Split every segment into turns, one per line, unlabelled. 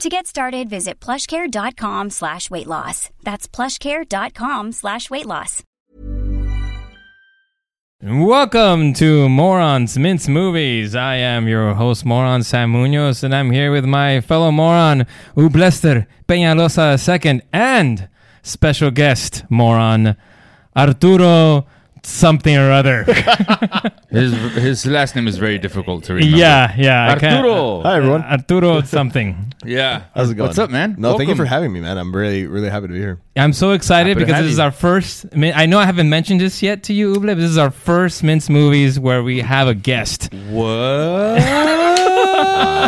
To get started, visit plushcare.com slash weight loss. That's plushcare.com slash weight loss.
Welcome to Morons Mints Movies. I am your host, Moron Sam Munoz, and I'm here with my fellow moron, Ublester Peñalosa II, and special guest, moron, Arturo something or other.
His his last name is very difficult to remember.
yeah, yeah. I can't- Uh,
Arturo.
Hi everyone.
Arturo something.
Yeah.
How's it going?
What's up, man?
No, thank you for
Welcome.
having me, man. I'm really, really happy to be here.
I'm so excited
Happy to
because
have
this is
you.
our first. I, mean, I know I haven't mentioned this yet to you, Uble, but this is our first Mints movies where we have a guest.
What?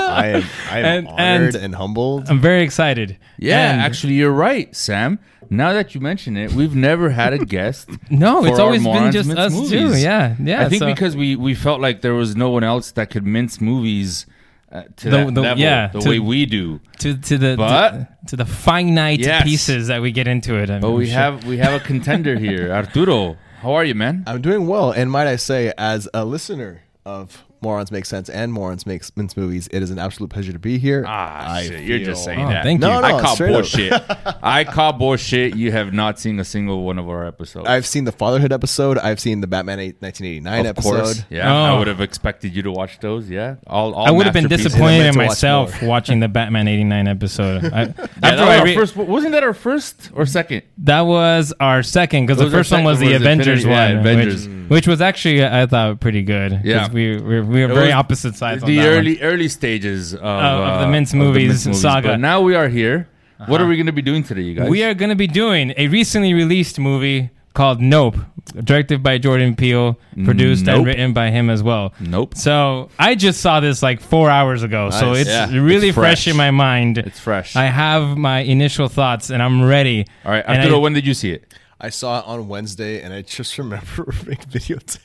I am, I am
And-
honored
and-
and, humbled.
I'm very excited.
yeah,
And-
actually, you're right, Sam. Now that you mention it, we've never had a guest.
No,
for
it's
our
always been
Morons
just
Mince
us two,
Movies.
yeah, yeah,
I think
so-
because we we felt like there was no one else that could mince movies uh, to
The-
that
the-
level,
yeah,
the
to-
way we do.
to to the
But-
to, to the finite
Yes.
pieces that we get into it. I
But
mean,
we
sure.
have we have a contender here, Arturo. How are you, man?
I'm doing well, and might I say, as a listener of Morons Make Sense and Morons Makes Mince Movies, it is an absolute pleasure to be here.
Ah,
I
shit, you're just
feel-
saying
Oh,
that.
thank No, you.
no,
I call
straight up.
bullshit. I call bullshit. You have not seen a single one of our episodes.
I've seen the Fatherhood episode. I've seen the Batman 8, 1989
of
episode.
course. Yeah,
Oh.
I would have expected you to watch those. Yeah, all. all
I would have been
masterpieces.
disappointed
Meant
in
to watch
myself watching the Batman '89 episode.
Yeah,
I, after
that was
I
our
re-
first- wasn't that our first or second?
That was our second because
That
the
was our
first one
second
was the
was
Avengers
Infinity- yeah,
one,
Avengers.
Which, which was actually I thought pretty good. 'cause
Yeah.
we we we were
It
very
was
opposite sides. on
The
that one.
early early stages of,
of the
uh,
Mince
of the
movies saga. Uh-huh.
But now we are here. What are we going to be doing today, you guys?
we are going to be doing a recently released movie called Nope, directed by Jordan Peele, produced and
Nope.
written by him as well.
Nope.
So I just saw this like four hours ago, so
Nice.
it's
Yeah.
really
It's
fresh.
fresh.
in my mind.
It's fresh.
I have my initial thoughts, and I'm ready.
all right,
And
Arturo.
I-
when did you see it?
I saw it on Wednesday, and I just remember being videotaped.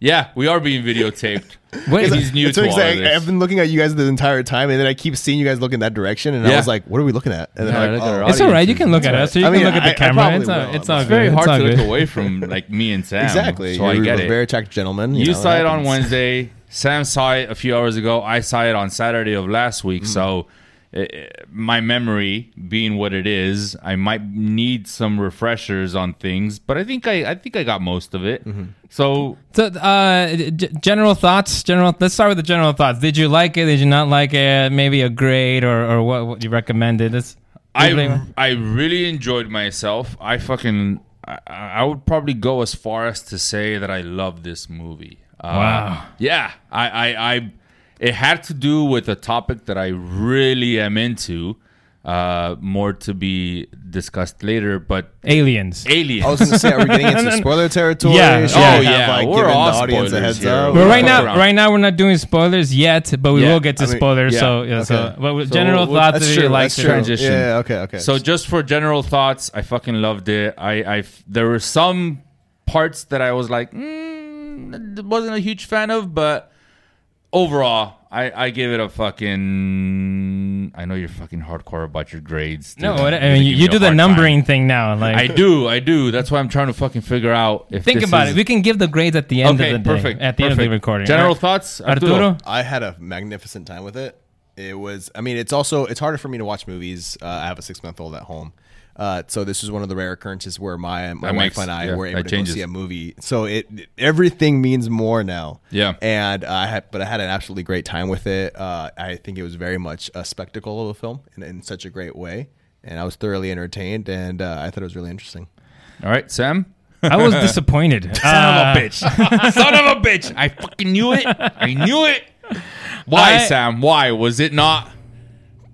Yeah, we are being videotaped.
Wait,
He's new
It's so
to all of
exciting.
this.
I've been looking at you guys the entire time, and then I keep seeing you guys look in that direction, and I
Yeah.
was like, "What are we looking at?" And then
Yeah,
I'm
look
like,
at our
"Oh,
It's all right. You can look
It's
at
all
us, or you
I
can
mean,
look at
I-
the
I
camera.
probably
it's all,
will.
it's all
It's
good.
very
it's all
hard to
good.
look away from like me and Sam.
exactly."
So I
You're
get
a
it.
very attractive gentleman.
You
know,
saw it on
happens.
Wednesday. Sam saw it a few hours ago. I saw it on Saturday of last
Hmm.
week. So, uh, my memory being what it is, I might need some refreshers on things, but I think I, I think I got most of it.
Mm-hmm.
So,
So, uh, g- general thoughts. General. Let's start with the general thoughts. Did you like it? Did you not like it? Maybe a grade or, or what, what you recommended? This.
I I really enjoyed myself. I fucking I, I would probably go as far as to say that I love this movie. Uh,
Wow.
Yeah, I, I I it had to do with a topic that I really am into. Uh, more to be discussed later, but
aliens.
aliens.
I was gonna say, are we getting into spoiler territory?
Yeah.
Should
Oh,
we have,
yeah.
like,
We're
given the
all
audience a
spoilers
heads
here.
Well,
up.
We're
right
fucking
now,
around.
right now, we're not doing spoilers yet, but we
Yeah.
will get to
I mean,
spoilers.
yeah.
So, yeah, so,
Okay.
but with
So
general
we'll-
thoughts
That's
if
true,
you liked
that's
it.
true.
Transition.
Yeah, okay, okay.
So just for general thoughts, I fucking loved it. I, I there were some parts that I was like, mm, wasn't a huge fan of, but overall, I, I give it a fucking. I know you're fucking hardcore about your grades. dude.
No,
You're
what, I
gonna
mean,
give
you,
me
you
a
do the
hard time.
numbering thing now. Like,
I do, I do. That's why I'm trying to fucking figure out if
think
this
about
is-
it. We can give the grades at the end
okay,
of the day,
perfect.
at the end of the
perfect.
recording.
General
Right?
thoughts, Arturo.
Arturo.
I had a magnificent time with it. It was. I mean, it's also it's harder for me to watch movies. Uh, I have a six month old at home, uh, so this is one of the rare occurrences where my my
That
wife
makes-
and I
yeah,
were able
that
to
changes.
go see a movie. So it everything means more now.
Yeah.
and I had but I had an absolutely great time with it. Uh, I think it was very much a spectacle of a film in, in such a great way, and I was thoroughly entertained, and uh, I thought it was really interesting.
All right, Sam.
I was disappointed.
Son
Uh,
of a bitch. Son of a bitch. I fucking knew it. I knew it. Why,
I-
Sam? Why? Was it not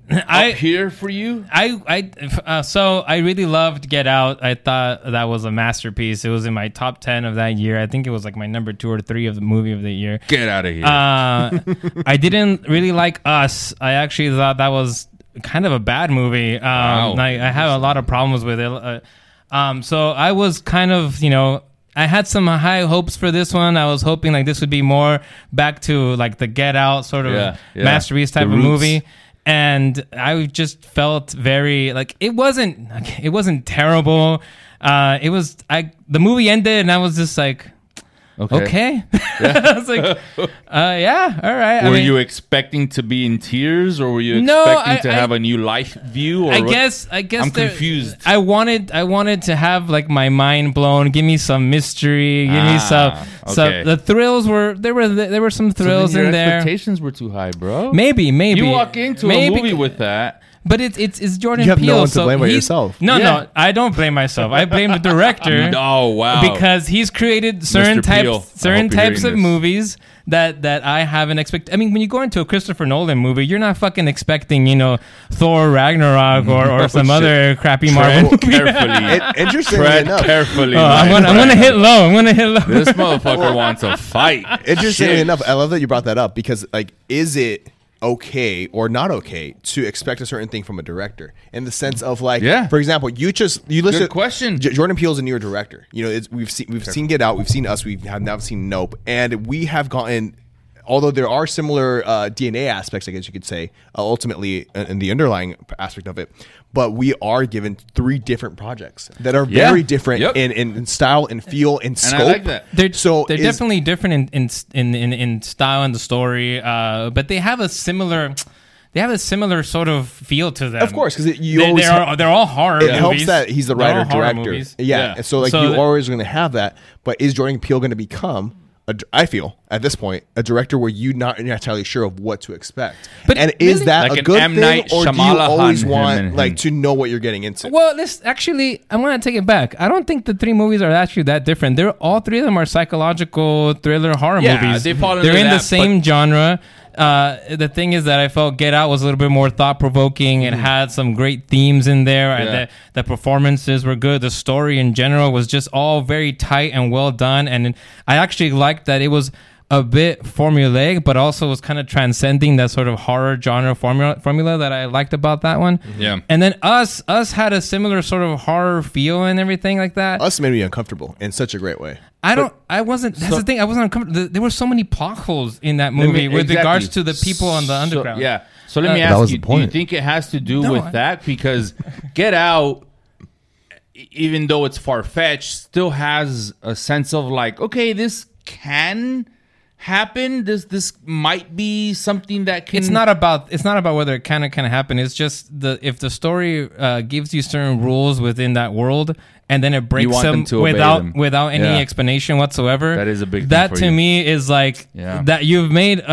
I,
up here for you?
I, I, uh, so I really loved Get Out. I thought that was a masterpiece. It was in my top 10 of that year. I think it was like my number two or three of the movie of the year.
Get out of here.
Uh, I didn't really like Us. I actually thought that was kind of a bad movie. Um,
Wow.
I, I have a lot of problems with it. Uh, um, so I was kind of, you know, I had some high hopes for this one. I was hoping like this would be more back to like the Get Out sort of
Yeah, yeah.
masterpiece type
The
of
roots.
movie. And I just felt very like it wasn't like, it wasn't terrible. Uh, it was I the movie ended and I was just like okay. I was like uh, yeah, all right.
Were
I mean,
you expecting to be in tears, or were you
No,
expecting
I-
to
I-
have a new life view? Or
I
what-
guess I guess
I'm
there-
confused.
I wanted I wanted to have like my mind blown. Give me some mystery. Give me some
Ah, okay.
some the thrills were there were there were some
So then
thrills
your
in there.
Expectations were too high, bro.
Maybe maybe
you walk into
Maybe-
a movie with that.
but it's it's it's Jordan
You have no
Peele.
one to
so
blame but
he's-
yourself.
No
Yeah.
no I don't blame myself. I blame the director.
Oh wow!
Because he's created certain
Mr. Peele, I
types certain
hope you're
types of
hearing this.
movies that that I haven't expect. I mean, when you go into a Christopher Nolan movie, you're not fucking expecting you know Thor Ragnarok or,
Oh,
or some
shit.
other crappy Marvel.
tread carefully,
It- interestingly
tread
enough,
carefully.
Oh, I'm
my
gonna I'm
friend.
gonna hit low. I'm gonna hit low.
This motherfucker wants a fight.
Interestingly
Shit.
enough, I love that you brought that up because, like, is it okay or not okay to expect a certain thing from a director in the sense of like,
Yeah.
for example, you just you listed
question.
J- Jordan Peele's a newer director. You know, it's, we've seen we've seen Get Out, we've seen Us, we have now seen Nope, and we have gotten. Although there are similar uh, DNA aspects, I guess you could say, uh, ultimately in in the underlying aspect of it, but we are given three different projects that are
Yeah.
very different
Yep.
in, in, in style, in feel, in
And
scope.
I like that.
They're,
So
they're
is-
definitely different in in, in, in in style and the story, uh, but they have a similar. They have a similar sort of feel to them.
Of course, 'cause it- you
they,
always
they are, they're all horror.
it helps
movies.
that he's the
They're
writer
all horror
director.
movies.
Yeah.
Yeah.
So like
So
you
th-
always going to have that, but is Jordan Peele going to become? A, dir- I feel at this point a director where you not you're not entirely sure of what to expect.
But
and is
really-
that
Like
a
an
good
M.
thing,
Night
or do you
Shyamalan
always
him
want
and him.
like to know what you're getting into?
Well, this actually, I want to take it back. I don't think the three movies are actually that different. They're all three of them are psychological thriller horror
Yeah,
movies.
they fall
are
into
in the
that,
same genre. Uh, the thing is that I felt Get Out was a little bit more thought provoking. It had some great themes in there. and
Mm-hmm. Yeah.
The, the performances were good. The story in general was just all very tight and well done. And I actually liked that it was a bit formulaic, but also was kind of transcending that sort of horror genre formula formula that I liked about that one.
Yeah.
And then us, us had a similar sort of horror feel and everything like that.
Us made me uncomfortable in such a great way.
I don't. I wasn't. That's the thing. I wasn't uncomfortable. There- There were so many plot holes in that movie
Let me-
with regards to
exactly.
the people on the
So-
underground.
yeah. So let me
Uh,
ask
That was
you:
the
Do you
point.
think it has to do
No,
with
I-
that? Because Get Out, e- even though it's far fetched, still has a sense of like, okay, this can happen. This this might be something that can.
It's not about. It's not about whether it can or can happen. It's just the if the story uh, gives you certain rules within that world, and then it breaks
want them
them,
to obey
without
them.
without any
Yeah.
explanation whatsoever.
That is a big thing
That
for
to
you.
me is like
Yeah.
that you've made a,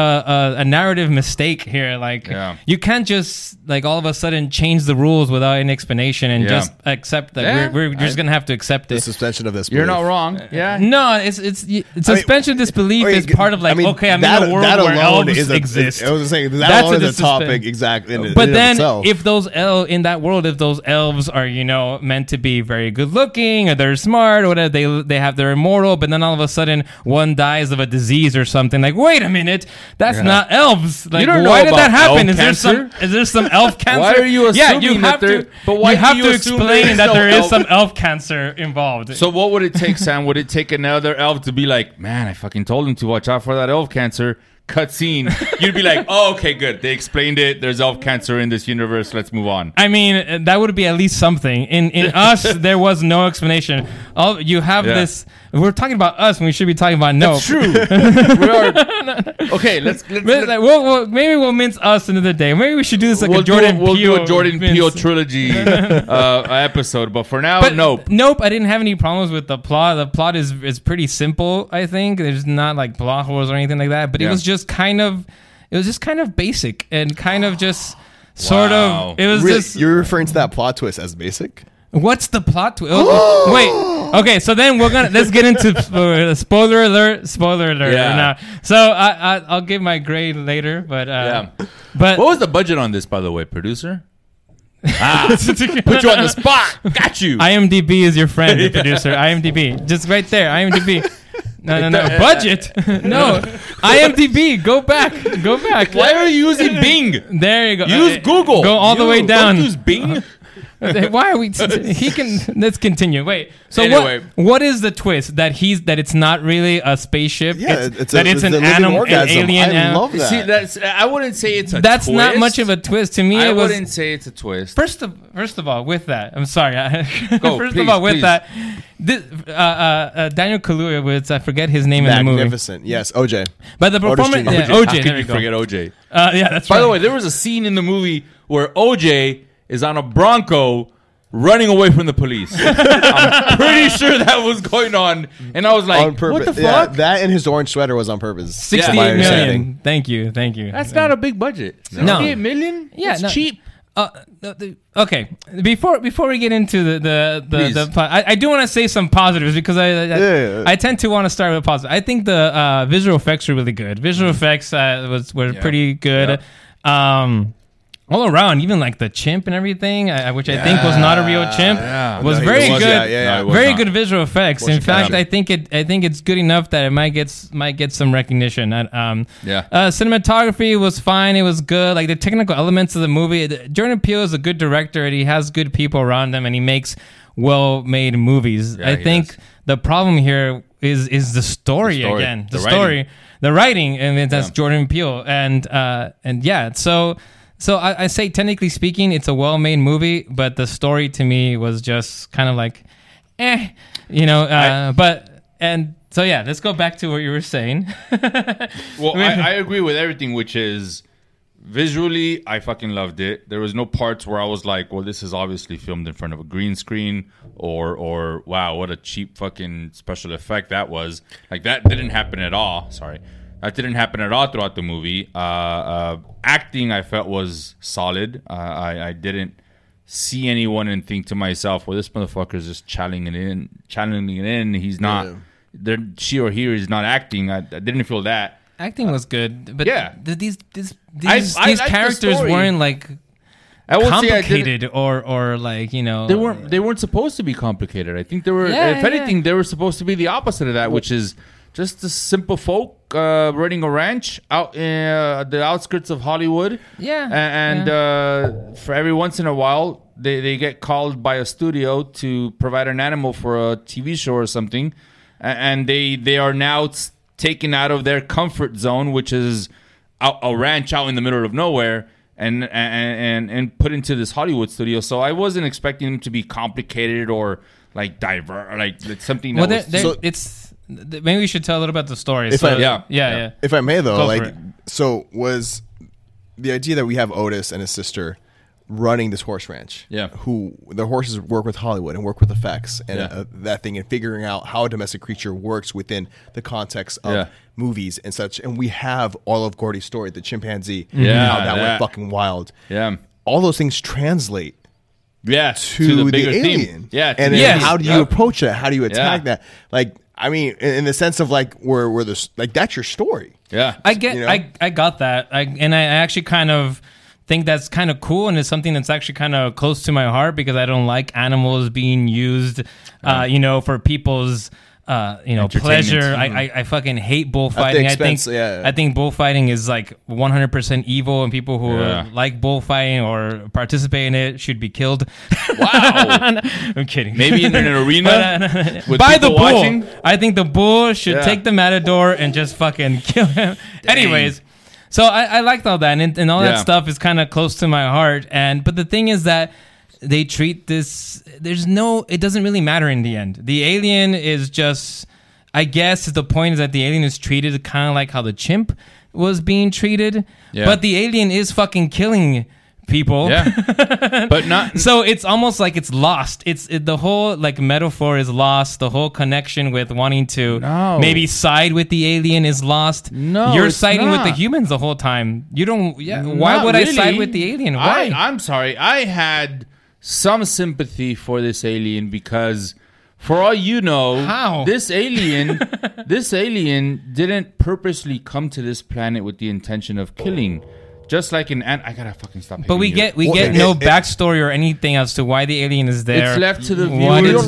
a, a narrative mistake here. Like
Yeah.
you can't just like all of a sudden change the rules without an explanation and
Yeah.
just accept that
Yeah.
we're, we're
I-
just gonna have to accept
The
it.
suspension of this.
You're
belief.
not wrong. Yeah.
No, it's it's y-
mean,
suspension of disbelief
I mean,
is part of like
I mean,
okay, I'm
that-
in a world
that
where
alone
elves
is a,
exist.
I was saying that
That's
alone
a
is a topic
suspension.
exactly. in- in
but
and of
then
itself.
if those el in that world, if those elves are you know meant to be very good looking or they're smart or whatever, they they have they're immortal, but then all of a sudden one dies of a disease or something. Like wait a minute, that's not elves. Like
don't know
why did that
about
happen?
elf
Is there
cancer?
some is there some elf cancer?
are you
yeah, you
assuming that
have
there-
to,
but why
you
do
have
you
to
assume there
explain
is
that
no
there is
elf?
some elf cancer involved.
So what would it take, Sam? Would it take another elf to be like, man, I fucking told him to watch out for that elf cancer? Cutscene. You'd be like, oh, okay, good. They explained it. There's elf cancer in this universe. Let's move on.
I mean, uh, that would be at least something. In in us, there was no explanation. All you have
Yeah.
this. We're talking about us, and we should be talking about no.
True. we are. Okay, let's. let's,
But, like, we'll, we'll, maybe we'll mince us another day. Maybe we should do this like
we'll
a Jordan
do, we'll
Peele.
do a Jordan
mince.
Peele trilogy uh, episode, but for now,
But
nope.
Nope. I didn't have any problems with the plot. The plot is is pretty simple. I think there's not like plot holes or anything like that. But
Yeah.
it was just kind of, it was just kind of basic and kind of just sort
Wow.
of. It was
Really?
just
you're referring to that plot twist as basic.
What's the plot twist? oh, Wait, Okay, so then we're gonna let's get into spo- uh, spoiler alert. Spoiler alert.
Yeah.
right now. So I, I I'll give my grade later, but uh,
Yeah.
but
What was the budget on this, by the way, producer? Ah, put you on the spot. Got you.
IMDb is your friend, the producer. IMDb, just right there. IMDb. No, no, no. Budget. no. IMDb. Go back. Go back.
Why are you using Bing?
There you go.
Use
Uh,
Google.
Go all the
You
way
don't
down.
use Bing.
Why are we? He can. Let's continue. Wait. So
Anyway.
what? What is the twist that he's that it's not really a spaceship?
Yeah,
it's,
it's a-
that it's,
it's
an
a living
animal, an
orgasm.
alien.
I
animal.
love that.
See, that's I wouldn't say it's a.
That's not
twist.
much of a twist to me.
I
it was
wouldn't say it's a twist.
first of first of all with that. I'm sorry.
Go,
first
please,
of all with
please.
that, this, uh, uh, uh, Daniel Kaluuya was I forget his name in the movie,
Magnificent. Yes, Oh, OJ.
but the
Otis
performance.
Jr.
Yeah,
How
OJ.
could
There we
you
go.
forget OJ?
Uh, yeah, that's
By
right.
the way, there was a scene in the movie where OJ is on a Bronco running away from the police. I'm pretty sure that was going on, and I was like,
on purpose.
"What the
Yeah,
fuck?
that and his orange sweater was on purpose.
Yeah.
sixty-eight
My
million.
understanding.
Thank you, thank you.
That's not a big budget.
No.
Seventy-eight million?
Yeah,
it's
no.
cheap."
Uh, the, the, okay, before before we get into the the the,
Please.
the po- I, I do want to say some positives because I I,
Yeah.
I tend to want to start with positive. I think the uh, visual effects are really good. Visual
Mm-hmm.
effects uh, was were pretty good. Um, all around, even like the chimp and everything, I, I- which I think was not a real chimp,
yeah.
was
No, it
very
was-
good.
yeah, yeah, yeah. No, it
was
very
not.
good visual effects. In
Wasn't
fact,
bad.
I think it I think it's good enough that it might get s- might get some recognition. I- Um,
Yeah.
uh, cinematography was fine. It was good. Like the technical elements of the movie. the- Jordan Peele is a good director and he has good people around him and he makes well made movies. I
he
think
does.
the problem here is is the story,
story,
again. The,
the
story,
writing.
the writing, and it- that's
Yeah.
Jordan Peele. And uh, and yeah, so. So I, I say, technically speaking, it's a well-made movie, but the story to me was just kind of like, eh, you know. Uh, but and so yeah, let's go back to what you were saying.
Well, I, I agree with everything, which is visually, I fucking loved it. There was no parts where I was like, "Well, this is obviously filmed in front of a green screen," or "or Wow, what a cheap fucking special effect that was." Like that didn't happen at all. Sorry, that didn't happen at all throughout the movie. Uh, uh, acting, I felt was solid. Uh, I, I didn't see anyone and think to myself, "Well, this motherfucker is just channeling it in, channeling it in. He's not." There, she or he is not acting. I, I didn't feel that.
Acting was good, but
Yeah.
th- these these
I-
these,
I
these
liked the
characters
story.
weren't like
I would say I didn't-
complicated or or like you know
They weren't. They weren't supposed to be complicated. I think they were.
Yeah,
if
yeah.
anything, they were supposed to be the opposite of that, which is just the simple folk uh, running a ranch out in uh, the outskirts of Hollywood.
Yeah,
A- and Uh, for every once in a while, they they get called by a studio to provide an animal for a TV show or something, a- and they they are now s- taken out of their comfort zone, which is out, a ranch out in the middle of nowhere and and and and put into this Hollywood studio. So I wasn't expecting them to be complicated or like diver like that's something that
well, they're,
was
they're,
So-
it's th- maybe we should tell a little about the story.
If
so,
I-
Yeah.
yeah,
Yeah.
yeah.
If I may, though,
Go for
like,
it.
so was the idea that we have Otis and his sister running this horse ranch.
Yeah.
Who the horses work with Hollywood and work with effects and
Yeah.
uh, that thing and figuring out how a domestic creature works within the context of
Yeah.
movies and such. And we have all of Gordy's story, the chimpanzee,
Yeah,
how that
that.
went fucking wild.
yeah
All those things translate
yeah
to, the, alien.
yeah to
and
the
then
Yes.
alien.
how do you
Yeah.
approach that? How do you attack
Yeah.
that? Like, I mean, in, in the sense of like where where this like that's your story.
yeah
I get,
you know?
I, I got that, I, and I actually kind of think that's kind of cool, and it's something that's actually kind of close to my heart because I don't like animals being used, uh, you know, for people's. Uh, you know,
Entertainment. Mm-hmm.
pleasure. I, I I fucking hate bullfighting. I think
expense, yeah.
I think bullfighting is like 100 percent evil, and people who
Yeah.
like bullfighting or participate in it should be killed.
wow
I'm kidding. uh,
maybe in an arena with
by
people
the bull.
watching?
I think the bull should
Yeah.
take the matador and just fucking kill him. Anyways, so I, I liked all that, and, and all that
Yeah.
stuff is kind of close to my heart. And but the thing is that they treat this. There's no. It doesn't really matter in the end. The alien is just. I guess the point is that the alien is treated kind of like how the chimp was being treated,
Yeah.
but the alien is fucking killing people
yeah but not
so it's almost like it's lost. It's it, the whole like metaphor is lost. The whole connection with wanting to
No.
maybe side with the alien is lost.
No,
you're
it's
siding with the
not.
humans the whole time. You don't. Yeah, why
Not
would I
really.
side with the alien? Why?
I, am sorry. I had some sympathy for this alien because For all you know,
How?
this alien, this alien didn't purposely come to this planet with the intention of killing. Just like an ant, I gotta fucking stop.
But
hitting
we
you.
get we
Well,
get
it-
no
it-
backstory or anything as to why the alien is there.
It's left to the
what
viewer.
it's
You don't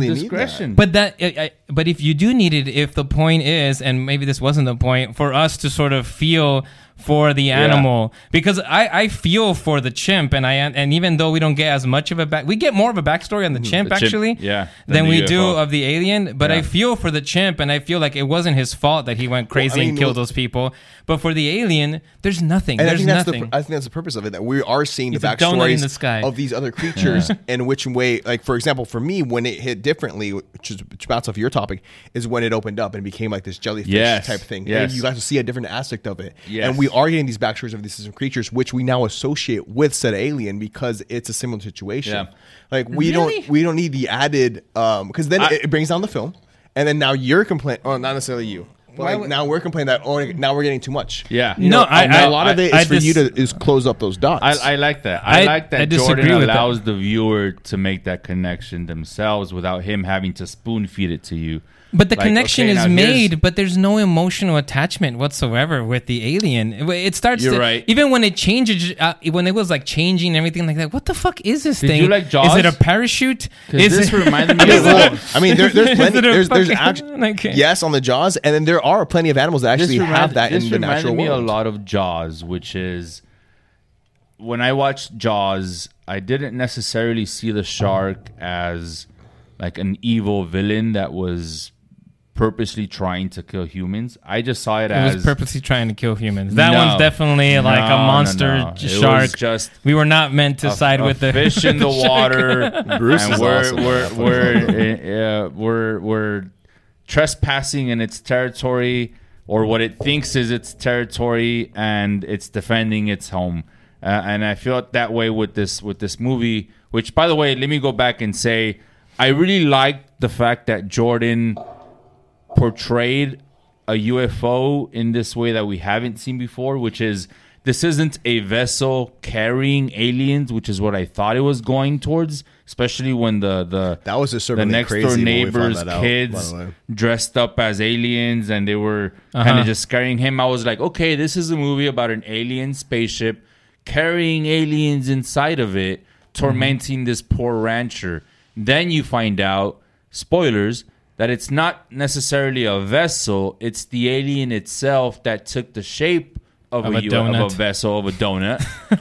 doing.
need
discretion.
But that, I, I, but if you do need it, if the point is, and maybe this wasn't the point, for us to sort of feel for the animal, because I, I feel for the chimp, and I and even though we don't get as much of a back, we get more of a backstory
Mm,
on the chimp
The chimp,
actually,
yeah,
than,
than the
we do
UFO.
of the alien. But I
Yeah.
feel for the chimp, and I feel like it wasn't his fault that he went crazy
mean,
and killed
well-
those people. But for the alien, there's nothing.
And I
there's
think, that's the,
nothing.
I think that's the purpose of it that we are seeing the
It's a donut in
backstories
the sky.
of these other creatures and which way, like for example, for me, when it hit differently, which is which bounce off your topic, is when it opened up and became like this jellyfish
Yes.
type thing.
Yes.
And you got to see a different aspect of it.
Yes.
And we are getting these backstories of these different creatures, which we now associate with said alien because it's a similar situation.
Yeah.
Like we don't we don't need the added um because then
I-
it brings down the film, and then now you're complaining. Oh, not necessarily you. But like now we're complaining that oh now we're getting too much.
Yeah.
You
No,
know,
I-
a
I-
lot of
I-
it is
I
for
dis-
you to is close up those dots.
I, I like that. I,
I-
like that
I disagree
Jordan
with that.
allows the viewer to make that connection themselves without him having to spoon feed it to you.
But the
Like,
connection
okay, now
is
here's-
made, but there's no emotional attachment whatsoever with the alien. It- It starts.
You're
to-
right.
Even when it changes, uh, when it was like changing and everything like that. What the fuck is this
Did
thing?
you like Jaws?
Is it a parachute?
'Cause
Is
this
it-
reminded me
I mean,
of-
well, I mean, there, there's
Is
plenty.
it a
There's, there's
fucking-
action.
okay.
Yes, on the jaws, and then there are plenty of animals that actually have that
this
in the
reminded
natural
me
world.
a lot of Jaws, which is when I watched Jaws, I didn't necessarily see the shark as like an evil villain that was purposely trying to kill humans. I just saw it,
It
as
was purposely trying to kill humans. That
No.
one's definitely like
No,
a
no,
monster
no. It was
shark.
just
we were not meant to
a-
side
a
with the
fish in the water.
Bruce
and
is
we're
awesome.
we're
I
we're, uh, we're we're trespassing in its territory or what it thinks is its territory, and it's defending its home. Uh, and I felt that way with this with this movie. Which, by the way, let me go back and say, I really liked the fact that Jordan portrayed a UFO in this way that we haven't seen before, which is this isn't a vessel carrying aliens, which is what I thought it was going towards, especially when the the
That was just
the
certainly
next
crazy
door
when we found
neighbor's
that out, by
kids
the way.
dressed up as aliens and they were
Uh-huh.
kind of just carrying him. I was like, okay, this is a movie about an alien spaceship carrying aliens inside of it,
Mm-hmm.
tormenting this poor rancher. Then you find out, spoilers, that it's not necessarily a vessel, it's the alien itself that took the shape of,
Of
a,
a
U- of a
donut.
vessel of a donut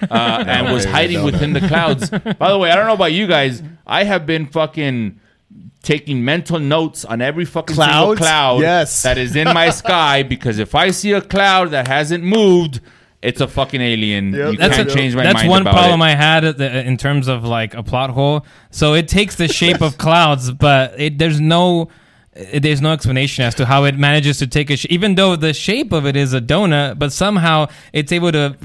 uh, and was hiding within the clouds. By the way, I don't know about you guys, I have been fucking taking mental notes on every fucking single
Clouds?
cloud
Yes.
that is in my sky because if I see a cloud that hasn't moved, it's a fucking alien.
Yep.
You
That's
can't
a-
change my
that's
mind
one
about
problem
it.
I had at the- in terms of like a plot hole. So it takes the shape of clouds, but it, there's no it, there's no explanation as to how it manages to take a sh- even though the shape of it is a donut, but somehow it's able to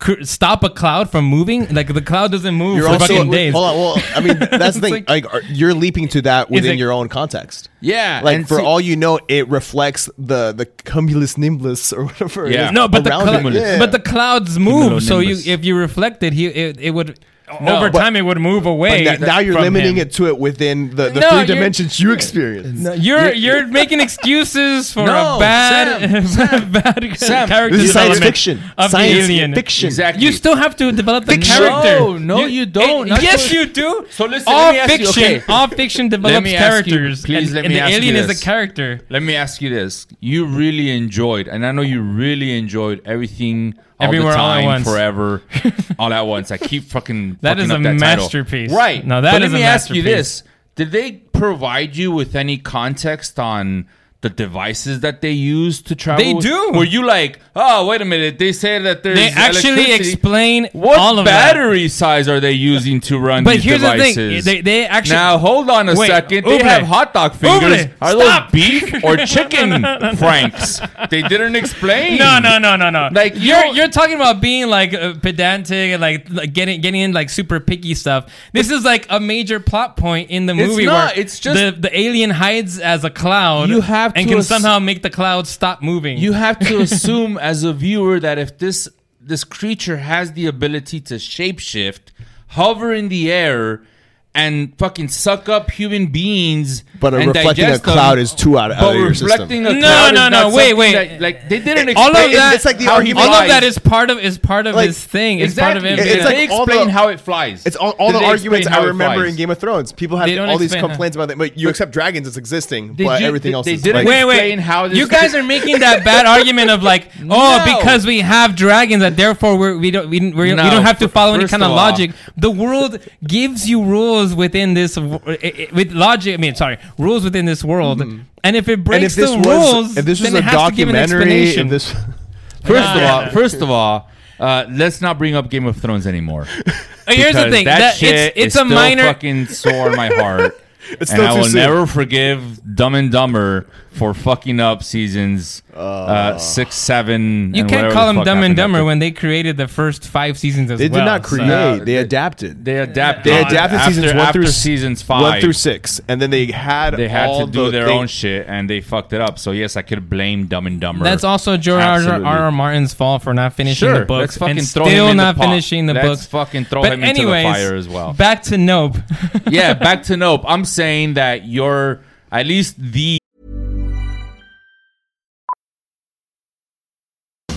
cr- stop a cloud from moving. Like the cloud doesn't move
You're
for
also
fucking
hold
days.
on. Well, I mean, that's the thing.
like-
Like, are- you're leaping to that within
like-
your own context.
Yeah,
Like
and
for
see-
all you know, it reflects the the cumulus nimbus or whatever. it
Yeah.
is
No, but the
around
clou-
it. Yeah.
but the clouds move. So you
Cumulonimbus.
if you reflect it, he it, it would
No,
over
but-
time it would move away.
But na- now you're
from
limiting
him.
it to it within the, the
No,
three
you're-
dimensions you experience.
You're you're making excuses for
No,
a bad
Sam,
bad
Sam,
character
This is science
development
fiction.
of the
Science
alien.
fiction.
Exactly.
You still have to develop the
Fiction.
character.
No, no, you don't.
it-
That's
yes,
what-
you do.
So listen, let
all
me ask you-
fiction,
okay.
all fiction develops
me ask you-
characters.
please
and,
let
and
me
the
ask you
alien is
this.
a character.
Let me ask you this: You really enjoyed, and I know you really enjoyed everything, all
Everywhere
the
All at
time,
Once.
forever, all at once. I keep fucking.
That
fucking
is
up
a
that title.
masterpiece.
right?
No, that
but
is
Let
a
me ask you
masterpiece.
this: Did they provide you with any context on? The devices that they use to travel.
They do.
Were you like, oh, wait a minute? They say that there's
They actually
electricity.
explain
what
all of that.
battery size are they using to run
But
these
here's the
devices?
thing, they- they actually-
now hold on a
Wait,
second. They
Uble.
have hot dog fingers.
Uble,
are
stop.
those beef or chicken franks? They didn't explain.
No, no, no, no, no.
Like, you
you're
don't-
you're talking about being like uh, pedantic and like, like getting getting in like super picky stuff. This is like a major plot point in the
It's
movie
not,
where
it's just-
the, the alien hides as a cloud.
You have
and
to
can
ass-
somehow make the cloud stop moving.
You have to assume as a viewer that if this this creature has the ability to shapeshift, hover in the air, and fucking suck up human beings.
But a
and
reflecting a
digest them.
cloud is too out- out
But
of your system.
reflecting a
No,
cloud
no,
is
no,
not
wait,
something
wait.
that- like they didn't.
all of
explain-
that-
it's like the
how he
argument-
All of
flies.
that is part of is part of
Like,
his thing. It's part of him.
It's
Did
being
like
they
all the-
explain how it flies?
It's all, all
Did
the
they
arguments
explain how
I
it
remember
flies?
in Game of Thrones. People have
They don't
all these
explain how-
complaints about that, but you accept dragons as existing,
They
but
ju-
everything
they-
else
they
is
didn't
like,
wait, wait.
explain how this-
you guys are making that bad argument of like, oh,
No.
because we have dragons, that therefore we're, we don't we, didn't- we're, we
No,
don't have to
fir-
follow any
first
kind of
of all-
logic. The world gives you rules within this w- i- i- with logic. I mean, sorry, rules within this world.
Hmm.
And if it
And
breaks
if this
the
was
rules,
if this was
then it
a
has to give an
documentary,
explanation.
if this
First of
Yeah.
all, first of all, uh, let's not bring up Game of Thrones anymore.
Oh, Here's the
Because
thing:
that,
that
shit
it's, it's
is
a
still
minor.
fucking sore in my heart.
It's
and
still
I
too
will
soon.
never forgive Dumb and Dumber for fucking up seasons uh, six, seven.
you
and
can't
whatever
call
the
them
fuck
Dumb and
happened after.
Dumber when they created the first five seasons as
they did
well.
not
so-
create,
No,
they,
they-
adapted.
they adapted.
They adapted
after,
seasons one
after
through
seasons five.
one through six, and then they had
They had
all
to do
the
their
thing-
own shit, and they fucked it up. So yes, I could blame Dumb and Dumber.
That's also George R.
Absolutely.
R. Martin's fault for not finishing
Sure,
the books
let's fucking
and
throw him
still
in the
not
pot.
finishing the
Let's
books.
fucking throw
but
him into the
anyways,
fire as well.
Back to Nope.
yeah, back to Nope. I'm saying that you're at least the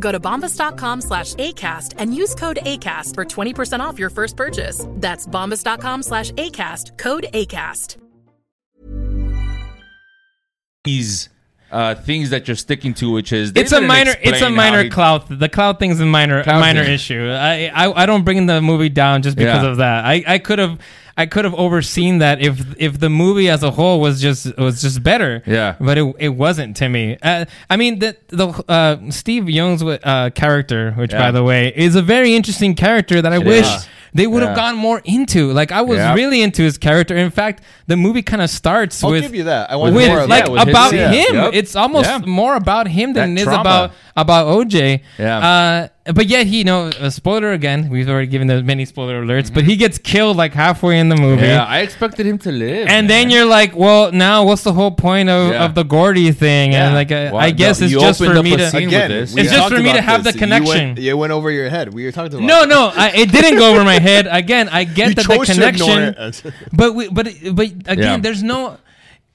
Go to bombas.com slash ACAST and use code ACAST for 20% off your first purchase. That's bombas.com slash ACAST, code ACAST.
these uh, things that you're sticking to, which is they
it's a
didn't
minor. It's a
explain how
minor
he-
clout. The clout thing's a minor
Clout
minor
thing.
issue. I, I I don't bring the movie down just because
Yeah.
of that. I I could have. I could have overseen that if if the movie as a whole was just was just better.
Yeah.
but it, it wasn't to me. Uh, I mean the the uh, Steve Young's uh, character, which by
Yeah.
the way is a very interesting character that I
It
wish
is.
they would have
Yeah.
gone more into. Like I was
Yeah.
really into his character. In fact, the movie kind of starts
I'll
with
give you that. I wanted
with,
more of
like
that with his
about
scene.
him.
Yep.
It's almost
Yeah.
more about him than
That
it is
trauma.
about about OJ.
Yeah.
Uh, but yet he, you know, a spoiler again. We've already given the many spoiler alerts, but he gets killed like halfway in the movie.
Mm-hmm. Yeah, I expected him to live. man.
and then you're like, well, now what's the whole point of,
Yeah.
of the Gordy thing? And
Yeah.
like, uh,
Well,
I guess
no,
it's
you
just
opened
for
up
me
a
to.
scene
Again,
with this.
we
It's just
talked
for me to
about
have
this.
the
You went-
connection.
You went over your head. We were talking about
No,
this.
no, I, it didn't go over my head. Again, I get
You
that
chose
the
to ignore
connection,
it.
but we, but but again,
Yeah.
there's no.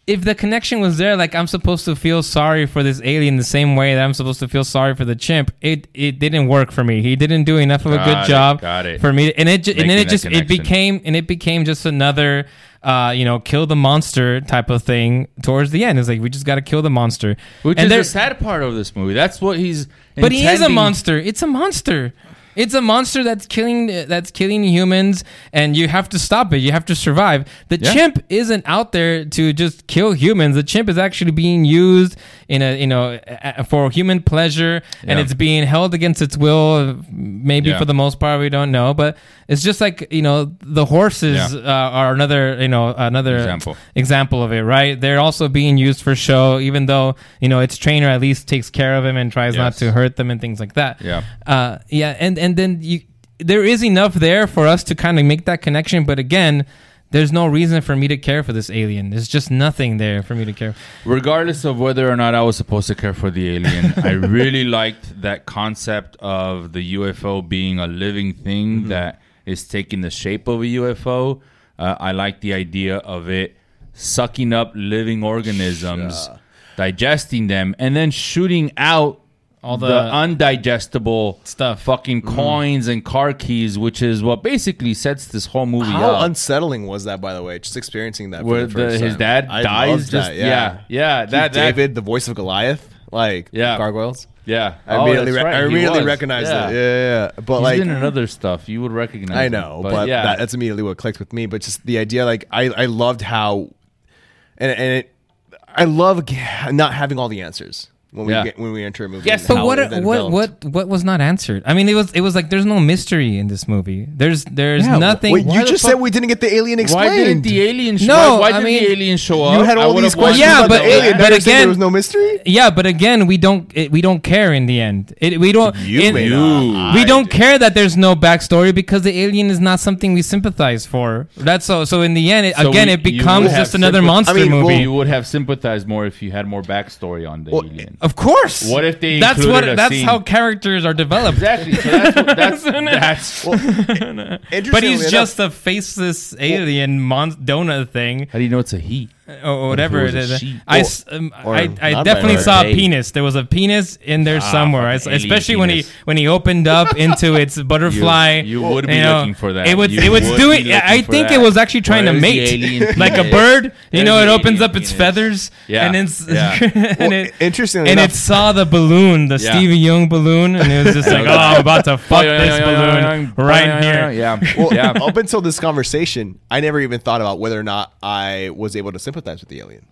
If the connection was there, like I'm supposed to feel sorry for this alien the same way that I'm supposed to feel sorry for the chimp, it it didn't work for me. He didn't do enough of a
Got
good
it,
job
got it.
for me, to, and it ju- and then
Making
it
that
just it
connection.
became and it became just another. Uh, you know, kill the monster type of thing towards the end. It's like we just got to kill the monster,
Which
and
is
there-
the sad part of this movie. That's what he's.
but he is a
intending-
monster. It's a monster. It's a monster that's killing that's killing humans, and you have to stop it. You have to survive. The
Yeah.
chimp isn't out there to just kill humans. The chimp is actually being used in a you know a- a- for human pleasure,
Yeah.
and it's being held against its will. Maybe
Yeah.
for the most part, we don't know, but it's just like you know the horses
Yeah.
uh, are another you know another
Example.
example of it, right? They're also being used for show, even though you know its trainer at least takes care of him and tries not
Yes.
to hurt them and things like that.
Yeah.
uh, yeah, and and then you, there is enough there for us to kind of make that connection, but again. There's no reason for me to care for this alien. There's just nothing there for me to care.
Regardless of whether or not I was supposed to care for the alien, I really liked that concept of the UFO being a living thing
Mm-hmm.
that is taking the shape of a UFO. Uh, I like the idea of it sucking up living organisms, digesting them, and then shooting out all the,
the-
undigestible
Stuff.
fucking
Mm-hmm.
coins and car keys, which is what basically sets this whole movie
How
up.
unsettling was that, by the way? Just experiencing that. for
where
the
the-
first
his
time.
dad
I
dies
loved
just-
that,
yeah, yeah,
Keith
that- that-
David, the voice of Goliath, like
Yeah.
gargoyles.
Yeah,
I
Oh,
immediately,
that's
re-
right,
I
he
immediately
was.
recognized
Yeah.
it. Yeah, yeah, yeah. But
He's
like,
been in other stuff. You would recognize.
I
him,
know, but, that, that's immediately what clicked with me. But just the idea, like I, I loved how, and and it, I love g- not having all the answers when we
Yeah.
get, when we enter a movie.
Yes,
and
But
how
what
it
what,
then
what
developed.
what was not answered? I mean, it was it was like there's no mystery in this movie. There's there's
Yeah,
nothing.
Wait,
Why
you
the
just
fuck-
said we didn't get the alien explained.
why didn't the alien? Show,
No,
why, why
I
didn't
mean-
the alien show up?
you had
I
all
would've
these
wanted
questions
Yeah,
about
but-
the alien.
but
Now you're saying
again-
there was no mystery.
Yeah, but again, we don't it, we don't care in the end. It, we don't.
You
in-
may not.
We
I
don't
do.
care that there's no backstory because the alien is not something we sympathize for. That's so. So in the end, it,
So
again,
we-
it
you
becomes
would have
just another
sympath-
monster
I mean,
movie.
well-
You would have sympathized more if you had more backstory on the
Well, uh,
alien.
of course.
What if they
That's
included a
That's
scene-
how characters are developed.
Exactly. So that's what, that's, that's
But
Interestingly
he's
enough-
just a faceless alien mon- donut thing,
how do you know it's a he?
or whatever
was
it
a
is.
sheep?
I,
Or-
s- um,
or
I, I
not
definitely
binary.
saw a
Hey.
penis. There was a penis in there somewhere. I s-
Ah, fucking alien
especially when he
penis.
when he opened up into its butterfly.
you would be looking for that.
It was
You
it was
would
doing.
be
I
looking for
think
that.
it was actually trying to
Where's the
mate
alien
like a
penis?
bird. You
Where's
know, it
the
opens
alien
up
penis?
its feathers.
Yeah,
and it's
yeah.
and
Well,
it.
interestingly
And
enough-
it saw the balloon, the
Yeah.
Stevie Young balloon, and it was just like, "Oh, I'm about to fuck this balloon right here."
Yeah.
Well, oh.
yeah.
up until this conversation, I never even thought about whether or not I was able to sympathize with the alien.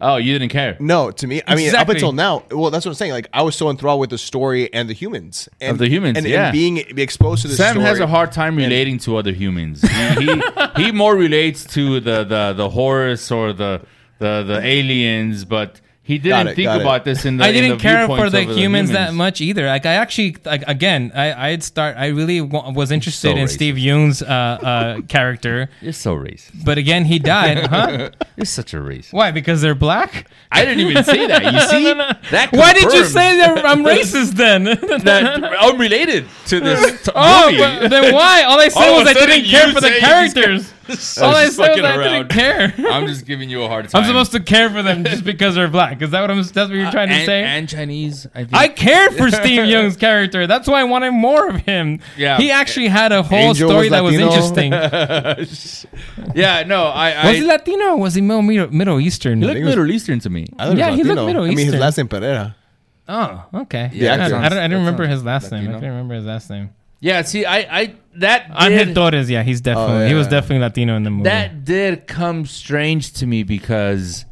Oh, you didn't care.
No, to me, I mean, up
Exactly.
until now, well, that's what I'm saying. Like, I was so enthralled with the story and the humans and
the humans,
and,
yeah.
and being exposed to the
Sam
story.
has a hard time relating to other humans. He, he, he more relates to the the the Horus or the the the aliens, but he didn't
it,
think
got it.
about this in the.
I
in the
didn't care
viewpoints
for the
of
humans, that much either. Like I actually, like again, I I'd start. I really wa- was interested
so
in
racist.
Steve Yoon's uh, uh, character,
You're so racist.
but again, he died. Huh?
You're such a racist.
Why? Because they're black.
I didn't even say that. You see, that
Why did you
confirms
say that I'm racist then?
that I'm related to this? T-
Oh,
movie.
but then why? All I said
All of
was
a
I
sudden
didn't care
you
for the
say-
characters. All I
just
said was
fucking
I didn't
around.
care.
I'm just giving you a hard time.
I'm supposed to care for them just because they're black. Is that what I'm? That's what you're trying to
Uh, and,
say?
and Chinese. I, think.
I cared for Steve Young's character. That's why I wanted more of him.
Yeah.
He actually had a whole
Angel
story
was
that was
Latino.
interesting. was
yeah, no, I. I
he Latino or was he Middle, Middle, Middle Eastern?
he looked Middle Eastern to me.
I thought it was
yeah, he looked
Latino.
Middle
I mean, his
Eastern.
last name Pereira.
Oh, okay.
Yeah,
I,
that
don't, I
sounds-
don't, I don't
that
remember his
sounds
last name. I
Latino.
can't remember his last name.
Yeah, see, I, I that
Angel
did-
Torres, yeah, he's definitely he was
Oh, yeah.
definitely Latino in the movie.
That did come strange to me because